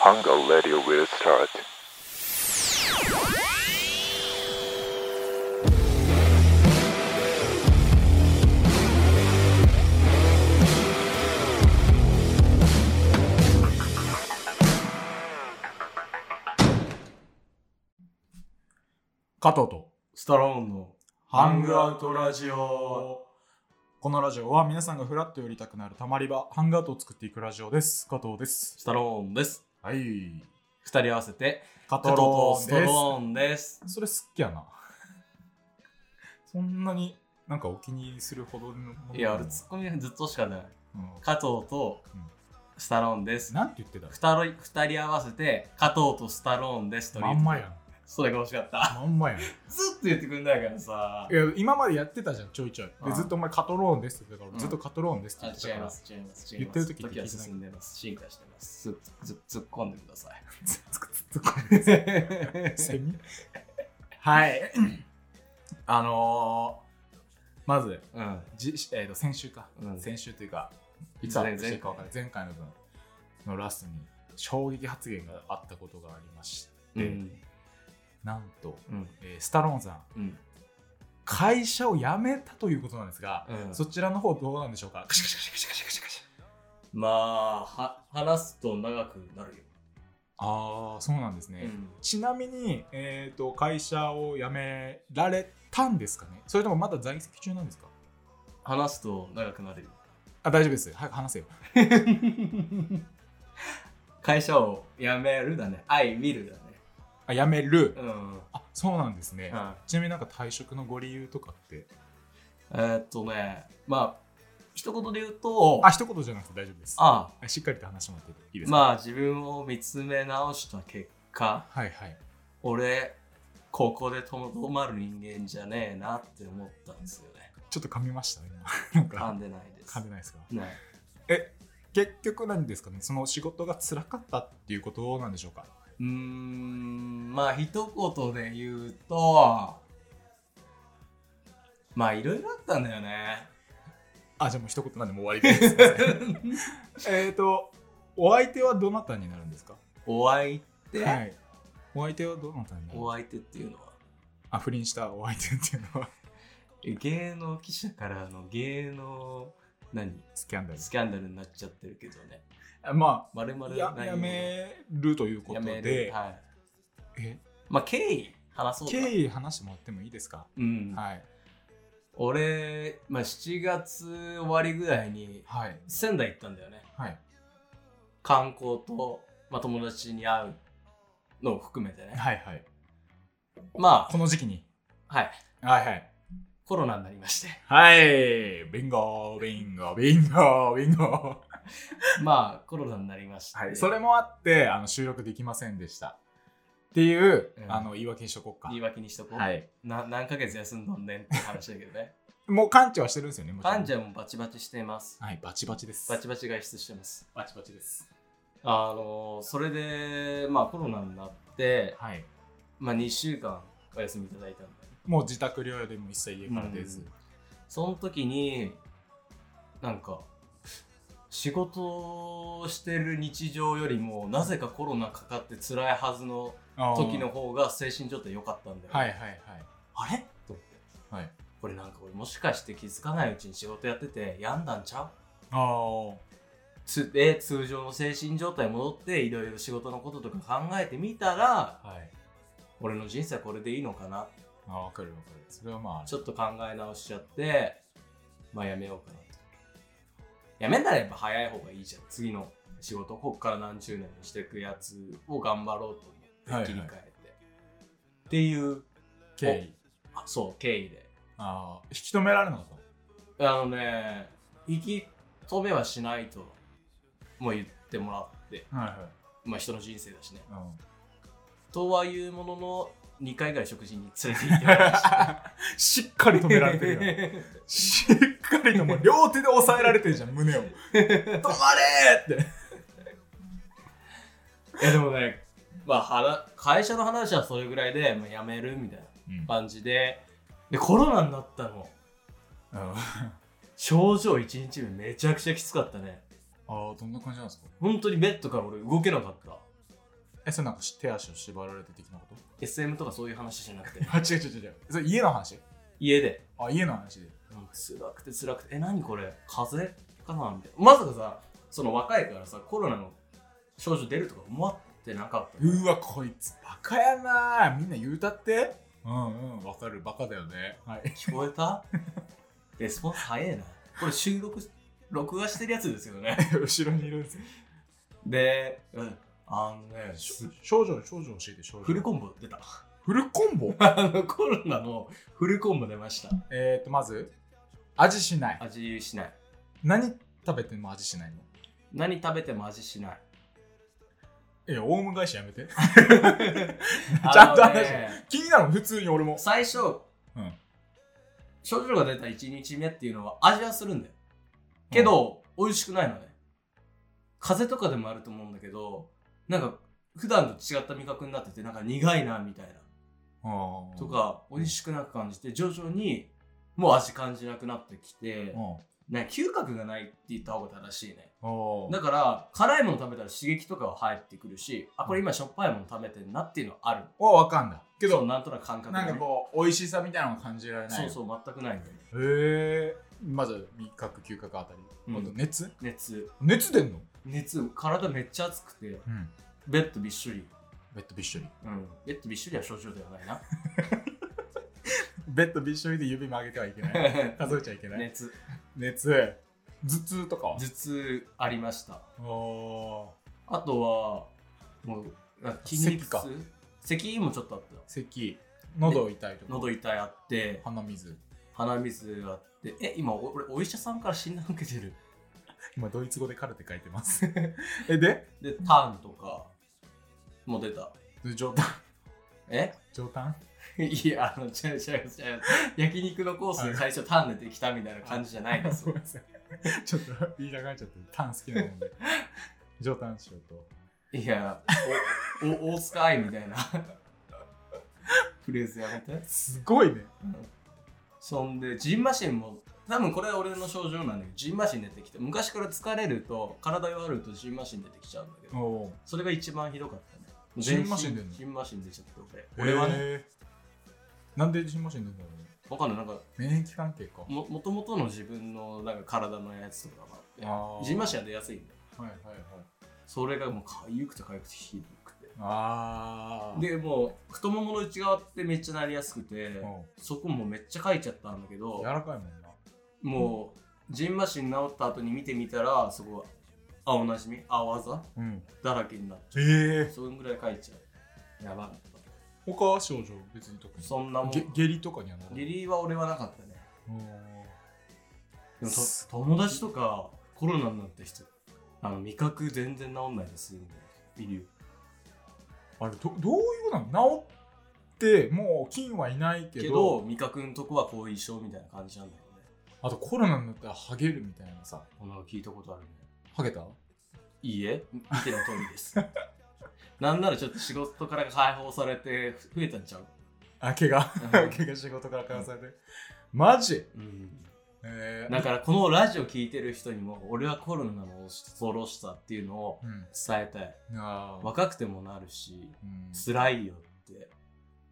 Hunger Radio will start. 加藤とスタローンのハングアウトラジオこのラジオは皆さんがフラッと寄りたくなるたまり場、ハンガートを作っていくラジオです。加藤です。スタローンですはい。二人合わせて加加藤藤とスでタローンですす。それ好きやな。そんなになんかお気に入りするほどのものなの。いや俺ツッコミはずっとしかないうん加藤とうんスタローンですなんて言ってた二人二人合わせて加藤とスタローンですとまんまやん。それが欲しかったまんまやん。いずっと言ってくんないからさや、今までやってたじゃん、ちょいちょい。うんでずっとお前カトローンですって言ってたうかんら、ずっとカトローンですってあ言ってた違いからま。す違います違います言ってる時って聞い時てなはい進んでます進化してますずず突っ込んでく ださいずっとずっとこれセミはい。あのーまず、うんじえー、と先週か、うん先週というか、いいつつアだップしてるか分かんない前回の分のラストに衝撃発言があったことがありまして、うんなんと、うんえースタローンさん、うん会社を辞めたということなんですが、うんそちらの方どうなんでしょうか、カシャカシャカシャカシャカシャカシャまあは話すと長くなるよ、ああ、そうなんですね。うんちなみに、えー、と会社を辞められたんですかねそれともまだ在籍中なんですか話すと長くなるよあ大丈夫です。早く話せよ。会社を辞めるだね愛見るだねあ辞める、うんあそうなんですね、はいちなみになんか退職のご理由とかってえーっとねまあ一言で言うとあ一言じゃなくて大丈夫ですあしっかりと話してもらっていいですか、まあ自分を見つめ直した結果はいはい俺ここでとどまる人間じゃねえなって思ったんですよねちょっと噛みましたね 今なん噛んかでないです噛んでないですかね結局なんですかねその仕事が辛かったっていうことなんでしょうかうーんまあ一言で言うとまあいろいろあったんだよねあじゃあもう一言なんでもう終わりですすいま せんえっとお相手はどなたになるんですかお相手、はいお相手はどなたになるお相手っていうのはあ不倫したお相手っていうのは芸能記者からの芸能何スキャンダルスキャンダルになっちゃってるけどねあままるまあるややめるということやめでる、はい、えまあ経緯話そうか経緯話してもらってもいいですか、うん、はい俺、まあ、7月終わりぐらいにはい仙台行ったんだよねはい観光と、まあ、友達に会うのを含めてねはいはいまこの時期にあはいはいはいコロナになりまして はいビンゴビンゴビンゴビンゴまあコロナになりまして、はいそれもあってあの収録できませんでしたっていう、うんあの言い訳にしとこうか言い訳にしとこう、はいな何ヶ月休んどんねんって話だけどねもう完治はしてるんですよねもちろん患者もバチバチしていますはいバチバチですバチバチ外出してますバチバチですあのそれでまあコロナになって、はいまあ、2週間お休みいただいたんだよねもう自宅療養でも一切家から出ず、うんその時になんか仕事をしてる日常よりもなぜかコロナかかって辛いはずのあー時の方が精神状態良かったんだよ、はいはいはいあれと思ってはいこれなんか俺もしかして気づかないうちに仕事やってて病んだんちゃうあーつで通常の精神状態戻っていろいろ仕事のこととか考えてみたらはい俺の人生はこれでいいのかなあーわかるわかるそれはまああるちょっと考え直しちゃって、まあやめようかなと。やめんならやっぱ早い方がいいじゃん。次の仕事、こっから何十年にしていくやつを頑張ろうと思はっいてはい切り替えて。っていう、経緯あそう、経緯で。あー引き止められなかったあのね、引き止めはしないとも言ってもらって、はいはい。まあ人の人生だしね。うん、とはいうものの、2回ぐらい食事に連れて行ってもらいま した。しっかり止められてるやん。しっかりともう両手で押さえられてるじゃん、胸を。止まれーって。いやでもね、まあ、はな会社の話はそれぐらいで、まあ、辞めるみたいな感じででコロナになったのうんあ症状1日目めちゃくちゃきつかったねあ、どんな感じなんですか本当にベッドから俺動けなかったえ、それなんか手足を縛られて的なこと SM とかそういう話じゃなくてあ、違う違う違う違う。それ家の話家であ、家の話で。うん辛くて辛くてえ何これ風邪かなみたいなまさかさその若いからさコロナの症状出るとか思ってなかったうわ、こいつバカやなみんな言うたってうんうん、わかる、バカだよね。はい。 聞こえた レスポンス早えなこれ収録し録画してるやつですよね後ろにいるんですよ。で、うん、あのねし少女、少女教えて、少女。フルコンボ出たフルコンボあの コロナのフルコンボ出ましたえっと、まず、味しない。味しない何食べても味しないの何食べても味し ないえ、オウム返しやめて。ちゃんと話してあのね 気になるの、普通に俺も。最初、うん症状が出た1日目っていうのは味はするんだよけど、美味しくないのね風邪とかでもあると思うんだけどなんか普段と違った味覚になっててなんか苦いなみたいなあーと、か美味しくなく感じて徐々にもう味感じなくなってきてう、ん。あね、嗅覚がないって言った方が正しいねーだから辛いもの食べたら刺激とかは入ってくるしあこれ今しょっぱいもの食べてんなっていうのはあるはわかんだ。けけどど、なんとなく感覚がなんねかこう、美味しさみたいなのを感じられない。そうそう全くないんだよねう。へえ。まず、味覚、嗅覚あたり。うんあと熱熱熱出んの熱体めっちゃ熱くてうん。ベッドびっしょり、ベッドびっしょり。うん、ベッドびっしょりは症状ではないなベッドびっしょりで指曲げてはいけない。 数えちゃいけない。熱熱。頭痛とかは頭痛ありましたおーあとはもうあ筋肉咳か痛咳もちょっとあった咳。喉痛いとか。喉痛いあって鼻水。鼻水あってえ今お俺お医者さんから診断受けてる今、ドイツ語でカルテ書いてます。 え、ででターンとかも出た上タン。え 上タ ンいやあの違う違う違う焼肉のコースで最初ターン出てきたみたいな感じじゃないですごめんなさい。 ちょっと、言いがいちゃって、タン好きなもんで。上タンしようと。いや、お、お、大塚愛みたいな。フレーズやめて。すごいね。そんで、ジンマシンも、多分これは俺の症状なんだけど、ジンマシン出てきて、昔から疲れると、体弱るとジンマシン出てきちゃうんだけど、おそれが一番ひどかったね。ジンマシン出んのジンマシン出ちゃって、俺。俺はね、ね。なんでジンマシン出んだろうね。わかんない、なんか、免疫関係か。も、もともとの自分の、なんか体のやつとかあが、ージンマシンは出やすいんだよ。はいはいはい。それがもう、かゆくてかゆくてひどくて。ああ。、で、もう、太ももの内側ってめっちゃなりやすくて、そこもめっちゃ書いちゃったんだけど柔、らかいもんな。もう、ジンマシン治った後に見てみたら、そこは青なじみ、青あざうん。だらけになっええて、そんぐらい書いちゃう。やばかった。他は症状別に特に。そんなもん。げ下下痢とかにはならない。痢は俺はなかったね。うでもと友達とかコロナになった人、あの味覚全然治んないですよね。いるよ。んあれど、どういうことなの治って、もう菌はいないけど、けど、味覚のとこは後遺症みたいな感じなんだよね。あとコロナになったらハゲるみたいなさ。この聞いたことあるね。ハゲたいいえ、見ての通り です。なんならちょっと仕事から解放されて増えたんちゃうあ、怪我。うん 怪我仕事から返されて。マジうんえだからこのラジオ聞いてる人にも俺はコロナの恐ろしさっていうのをー、うん。伝えたいあー若くてもなるしうん辛いよってだか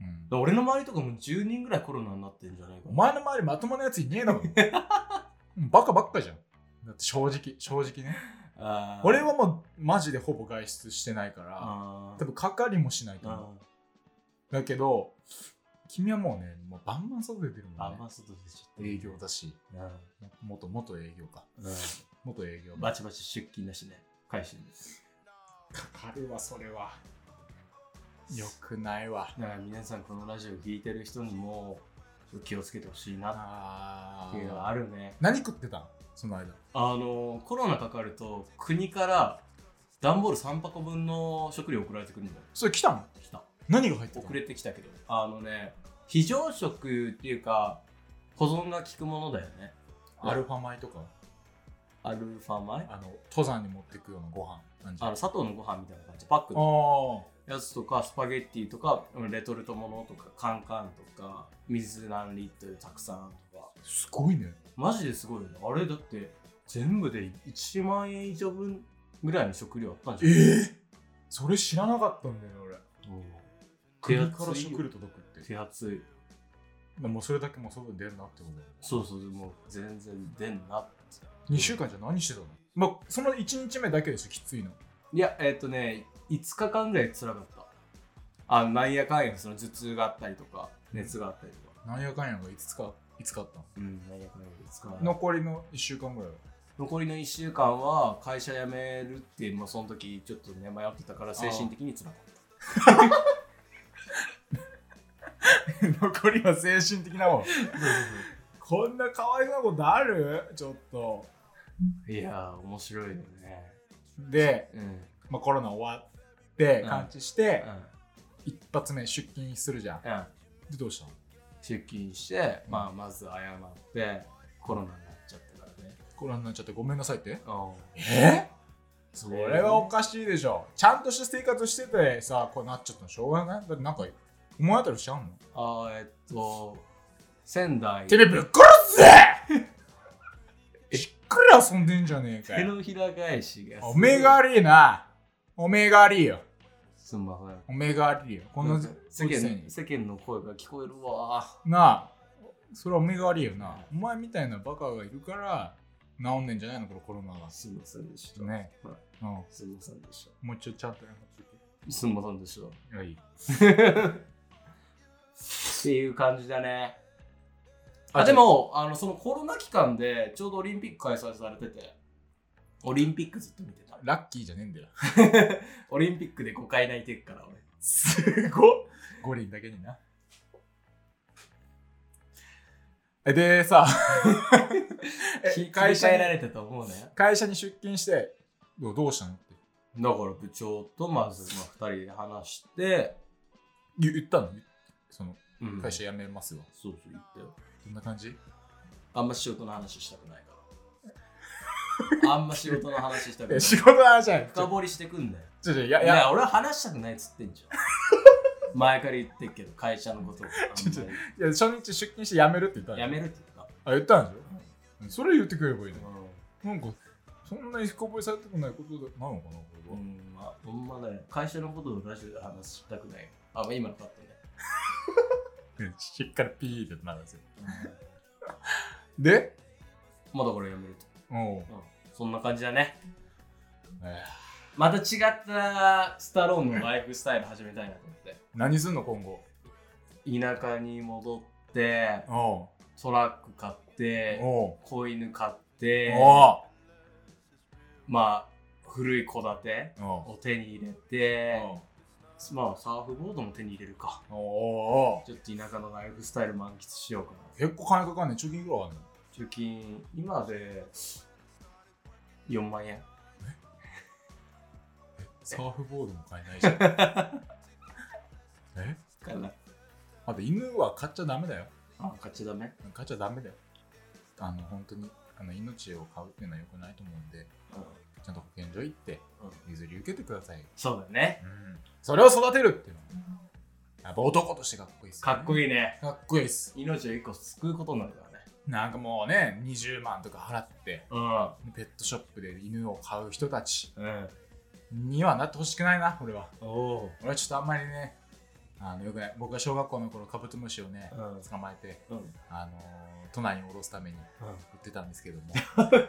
うんら俺の周りとかも10人ぐらいコロナになってんじゃないかお前の周りまともなやついねえ だろ。うんバカばっかじゃん。だって正直、正直ね。あー俺はもうマジでほぼ外出してないから、あ多ー分かかりもしないと思う。あだけど、君はもうね、もうバンバン外で出るーもあんんねま。外出ちゃって営業だし、も元元営業か。うん元営業。バチバチ出勤だしね会社にかかるわ、それは。よくないわ。だから皆さんこのラジオ聞いてる人にも気をつけてほしいなあっていうのはーあるね何食ってたんその間。あのコロナかかると国から段ボール3箱分の食料送られてくるんだよそれ来たの来た何が入ってたの遅れてきたけどあのね非常食っていうか保存が効くものだよねアルファ米とか、アルファ米あの、登山に持ってくようなご飯。なんじゃあの砂糖のご飯みたいな感じパックあのーやつとかスパゲッティとかレトルトものとかカンカンとか水何リットルたくさんとかすごいね。マジですごいよねあれだって全部で1万円以上分ぐらいの食料あったんじゃんえそれ知らなかったんだよね俺手国厚いから食料届くって手厚いでもうそれだけもう外に出るなって思うそうそうもう全然出んなって2週間じゃ何してたのまあその1日目だけでしょきついのいやえっ、とね5日間ぐらい辛かったあなんやかんやその頭痛があったりとか熱があったりとかなんやかんやが5つか5つかあったのうんなんやかんや5日残りの1週間ぐらいは 残りの1週間は会社辞めるって、まあ、その時ちょっとね迷ってたから精神的に辛かっ残りは精神的なもんたこんなかわいそうなことあるちょっと いやー面白いよねで、うん、うん、まあ、コロナ終わってうん完治して、一発目出勤するじゃんうん、でどうしたの出勤して、うんまあ、まず謝ってコロナになっちゃったからねコロナになっちゃってごめんなさいってうえそそれはおかしいでしょちゃんとした生活しててさこうなっちゃったのしょうがないだってなんか思い当たりしちゃうのあーえっと仙台てめえぶっ殺すぜ しっかり遊んでんじゃねえか手よのひら返しがすごいおめえが悪いなおめえが悪いよすんませんおめえが悪いよこんな世世間間世間の声が聞こえるわなあそれはおめえが悪いよなお前みたいなバカがいるから治んねんじゃないのこのコロナがすいませんでしたねはいうんすいませんでしもうちょっとちゃんとやってたすんませんでしたいやいいっていう感じだね。ああでもあの、そのコロナ期間でちょうどオリンピック開催されてて、オリンピックずっと見てた。ラッキーじゃねえんだよ オリンピックで5回泣いてるから、俺。すご五輪だけになえでさ えき会社切り替えらにれたと思うね。会社に出勤してどうどうしたのってだから部長とまず、まあ、2人で話して、言言ったのそのうん会社辞めますよ、そうそう言ったよ。どんな感じあんま仕事の話したくないから。あんま仕事の話したくなえい。仕深事の話じゃんちょ掘りしてくんだよ。ちょちょやいやや、俺は話したくないっつってんじゃ ん。前から言ってっけど、会社のことを。ちょちょいや初日出勤して辞めるって言ったのやめるって言っあ言ったんでしょそれ言ってくれればいいた。のなんかそんなに深掘りされてこないことなのかなう俺はん、まあ、ほんまね、会社のことをラジオで話したくない。あ、まあ、今のカットね。ねしっかりピーってなるんですよでまあだからやめると。おううん、そんな感じだね。えーまた違ったスタローンのライフスタイル始めたいなと思って。何すんの今後田舎に戻って、おトラック買っうて、おう子犬買って、おまあ、古い戸建てうおうを手に入れて、おうまあ、サーフボードも手に入れるか。おうおうちょっと田舎のライフスタイル満喫しようかな。結構金かかんねえ貯金いくらあんの貯金、今で4万円。サーフボードも買えないじゃんえかな。あと犬は飼っちゃダメだよあ、買っちゃダメ。飼っちゃダメだよあの本当にあの命を買うっていうのは良くないと思うんでちゃんと保健所行って譲り受けてくださいそうだね。それを育てるっていうのはやっぱ男としてかっこいいっす、かっこいいいね。かっこいいっす命を一個救うことになるからね。なんかもうね20万とか払ってうん。ペットショップで犬を飼う人たちうん、にはなってほしくないな俺はおお、俺はちょっとあんまりねあのよくない僕が小学校の頃カブトムシをねうん捕まえて、うんあのー都内に戻すために売ってたんですけど も、はいあのー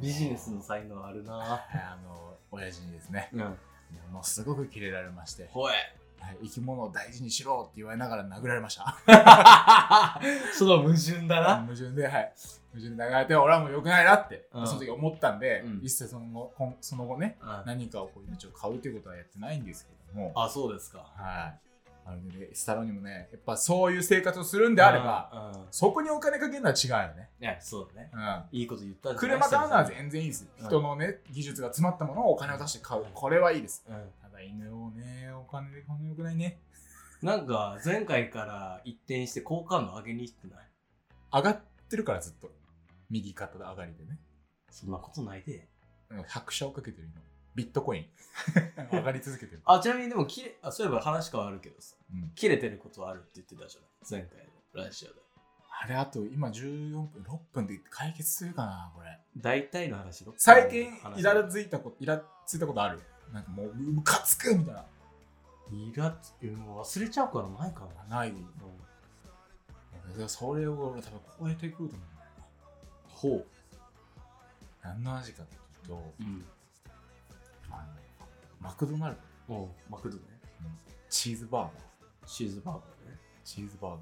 ビジネスの才能あるな。はいあのー親父にですねうん、ものすごくキレられまして、ほえ。はい、生き物を大事にしろって言われながら殴られま したその矛盾だな。矛盾で、はい。矛盾で流れて、俺はもう良くないなって、うんその時思ったんで、うん一切その後こんその後ね、うん、何かをこう命を買うということはやってないんですけども、あ、そうですか。はい。あのね、スタローにもね、やっぱそういう生活をするんであれば、ば、うん、いそこにお金かけるのは違うよね。や、そうだね。うん。いいこと言ったじゃない車買うのは久々に全然いいです。うん人のね、技術が詰まったものをお金を出して買う。これはいいです。うんただ犬をね、お金で買うの良くないね。なんか前回から一転して好感度上げに行ってない上がってるからずっと。右肩上がりでね。そんなことないでうん拍車をかけてる今。ビット コイン。上がり続けてる。あちなみにでも切れあそういえば話変わるけどさうん切れてることあるって言ってたじゃない前回のラジオであれ、あと今14分、6分で解決するかな、これ。大体の話6最近、イラ話ついたこと、イラついたことあるなんかもうムカつくみたいなイラついやもう忘れちゃうからないかなないでそれを俺多分超えてくると思うほう、何の味かっていうとうん、あのマクドナルドおうマクドねチーズバーガーチーズバーガーねチーズバーガー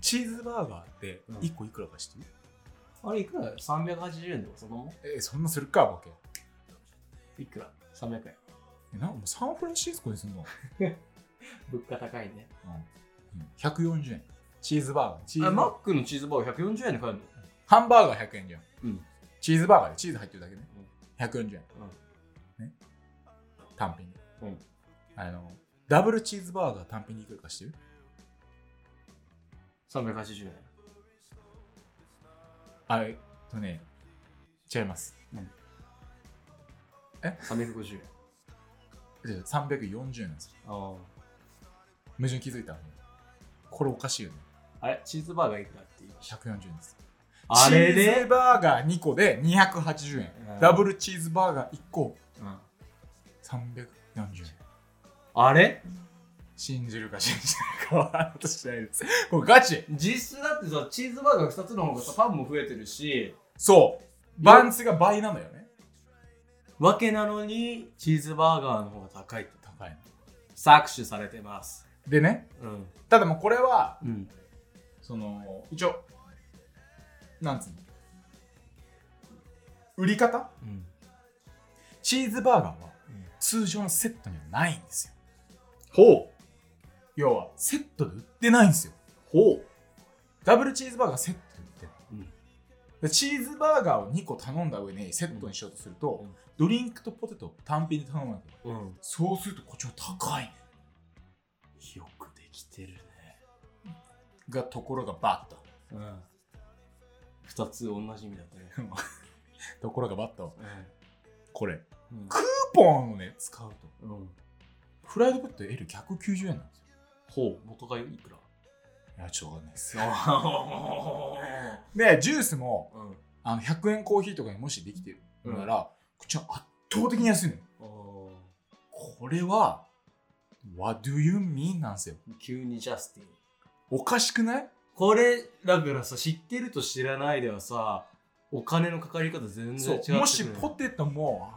チーズバーガーってうん1個いくらか知ってる、あれいくら380円でそのままえそんなするかボケいくら300円えなんかもうサンフランシスコにすんの、物価高いねうんうん、140円チーズバーガーチーあズマックのチーズバーガー140円で買えるのハンバーガー100円じゃん、うんチーズバーガーでチーズ入ってるだけね、140円、ね、単品で、うんあのダブルチーズバーガー単品でいくらか知ってる380円あれとね違います350円じゃあ340円なんですよあ矛盾気づいたもうこれおかしいよねあれチーズバーガーいくらって言いました140円ですあれチーでズバーガー2個で280円、うんダブルチーズバーガー1個うん340円あれ信じるか信じないかはあとしない ですこれガチ実質だってさチーズバーガー2つの方がさパンも増えてるしそうバンツが倍なのよねわけなのにチーズバーガーの方が高いって高いの搾取されてますでねうんただもうこれはうんその一応なんつうの売り方うんチーズバーガーはうん通常のセットにはないんですよほう要はセットで売ってないんですよほうダブルチーズバーガーセットで売ってうるんでチーズバーガーを2個頼んだ上にセットにしようとすると、うんドリンクとポテトを単品で頼むわけうんそうするとこっちは高いよくできてるねがところがバッタうん2つ同じ意味だったねところがバッタはこれクうんーポンをね使うとうん、うん、フライドポテト L190 円なんですよほう元がいく らいやちょうどないですうでジュースもん。うんあの100円コーヒーとかにもしできてるなら、こっちは圧倒的に安いのよこれは What do you mean なんですよ急にジャスティン。おかしくないこれ、だからさ、知ってると知らないではさ、お金のかかり方全そう然違うってくる。もしポテトも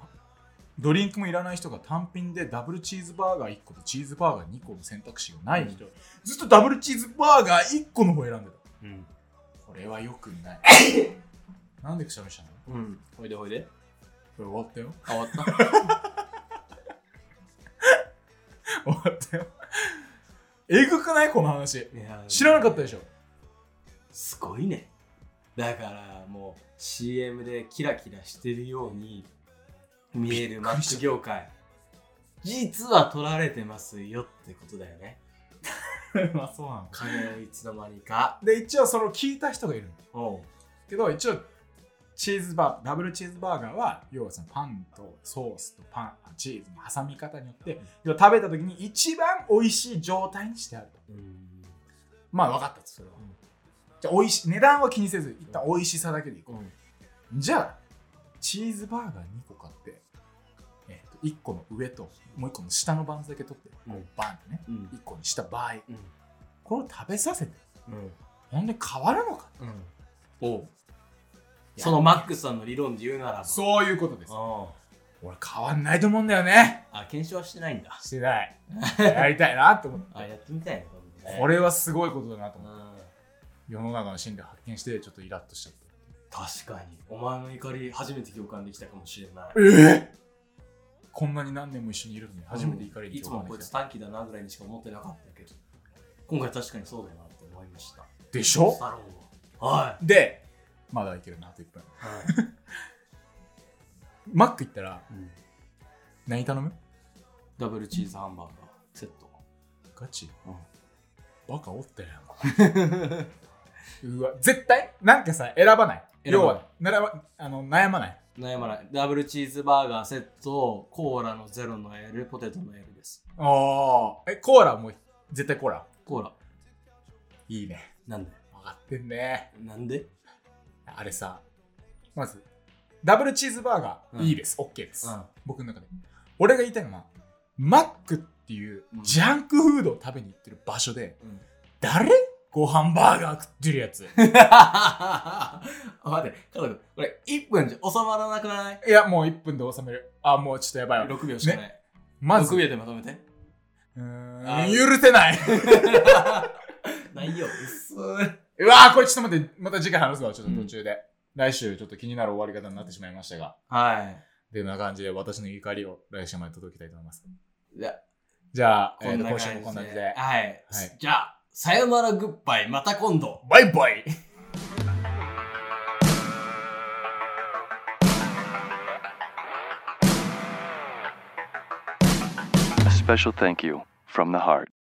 ドリンクもいらない人が単品でダブルチーズバーガー1個とチーズバーガー2個の選択肢がない人、ずっとダブルチーズバーガー1個の方選んでたうん。これはよくない なんでくしゃみしたのうん。おいでおいで。これ終わったよあ、終わ った。終わったよえぐくないこの話いや知らなかったでしょすごいね。だからもう CM でキラキラしてるように見えるマック業界。実は取られてますよってことだよね。まあそうなの金をいつの間に か。で一応その聞いた人がいるのおう。けど一応チーズバーダブルチーズバーガーは要はそのパンとソースとパンあチーズの挟み方によって要は食べた時に一番美味しい状態にしてあるとうん。まあ分かったですそれは、うんじゃあ美味しい値段は気にせず一旦美味しさだけでいこうん。う、じゃあチーズバーガー2個買って、えーと1個の上ともう1個の下のバンズだけ取って、うんこうバンってねうん。 1個にした場合うん。これを食べさせてうん。ほんで変わるのかうん。おそのマックスさんの理論で言うならば。そういうことですうん。俺変わんないと思うんだよねあ、検証はしてないんだ。してないやりたいなと思ってあ、やってみたいね。 今度ねこ。れはすごいことだなとう思ってん。世の中の真理を発見してちょっとイラッとしちゃっ確かに。お前の怒り、初めて共感できたかもしれないた。えこんなに何年も一緒にいるのに初めて怒りいにつ共も感こでいきつた短期だなぐらいにしか思ってなかったけど今回確かにそうだなって思いましたでしょなるほどはでまだいけるなといっぱいい、はマック行ったらい何頼むダブルチーズハンバーガーセットガチ、うんバカおったや んうわ絶対なんかさ選ばない選ばない要はならばあの悩まない悩まないダブルチーズバーガーセットコーラのゼロの L ポテトの L ですああえコーラも絶対コーラコーラいいねなんで分かってんねなんであれさ、まず、ダブルチーズバーガー、うんいいです、OK です、うん僕の中で。俺が言いたいのはマックっていうジャンクフードを食べに行ってる場所で、うん誰ご飯バーガー食ってるや つあ待って、加藤君、これ1分じゃ収まらなくないいやもう1分で収めるあもうちょっとやばいわ ?6 秒しかない。まず6う秒でまとめて。ーん許せない内容薄い。うわーこれちょっと待ってまた次回話すわちょっと途中で、来週ちょっと気になる終わり方になってしまいましたがはい。でな感じで私の怒りを来週まで届けたいと思いますじゃあじゃあ、えこんー、な感今じ週でもこんな感じで、はいはい。じゃあ、さよならグッバイ、また今度。バイバイ A special thank you from the heart.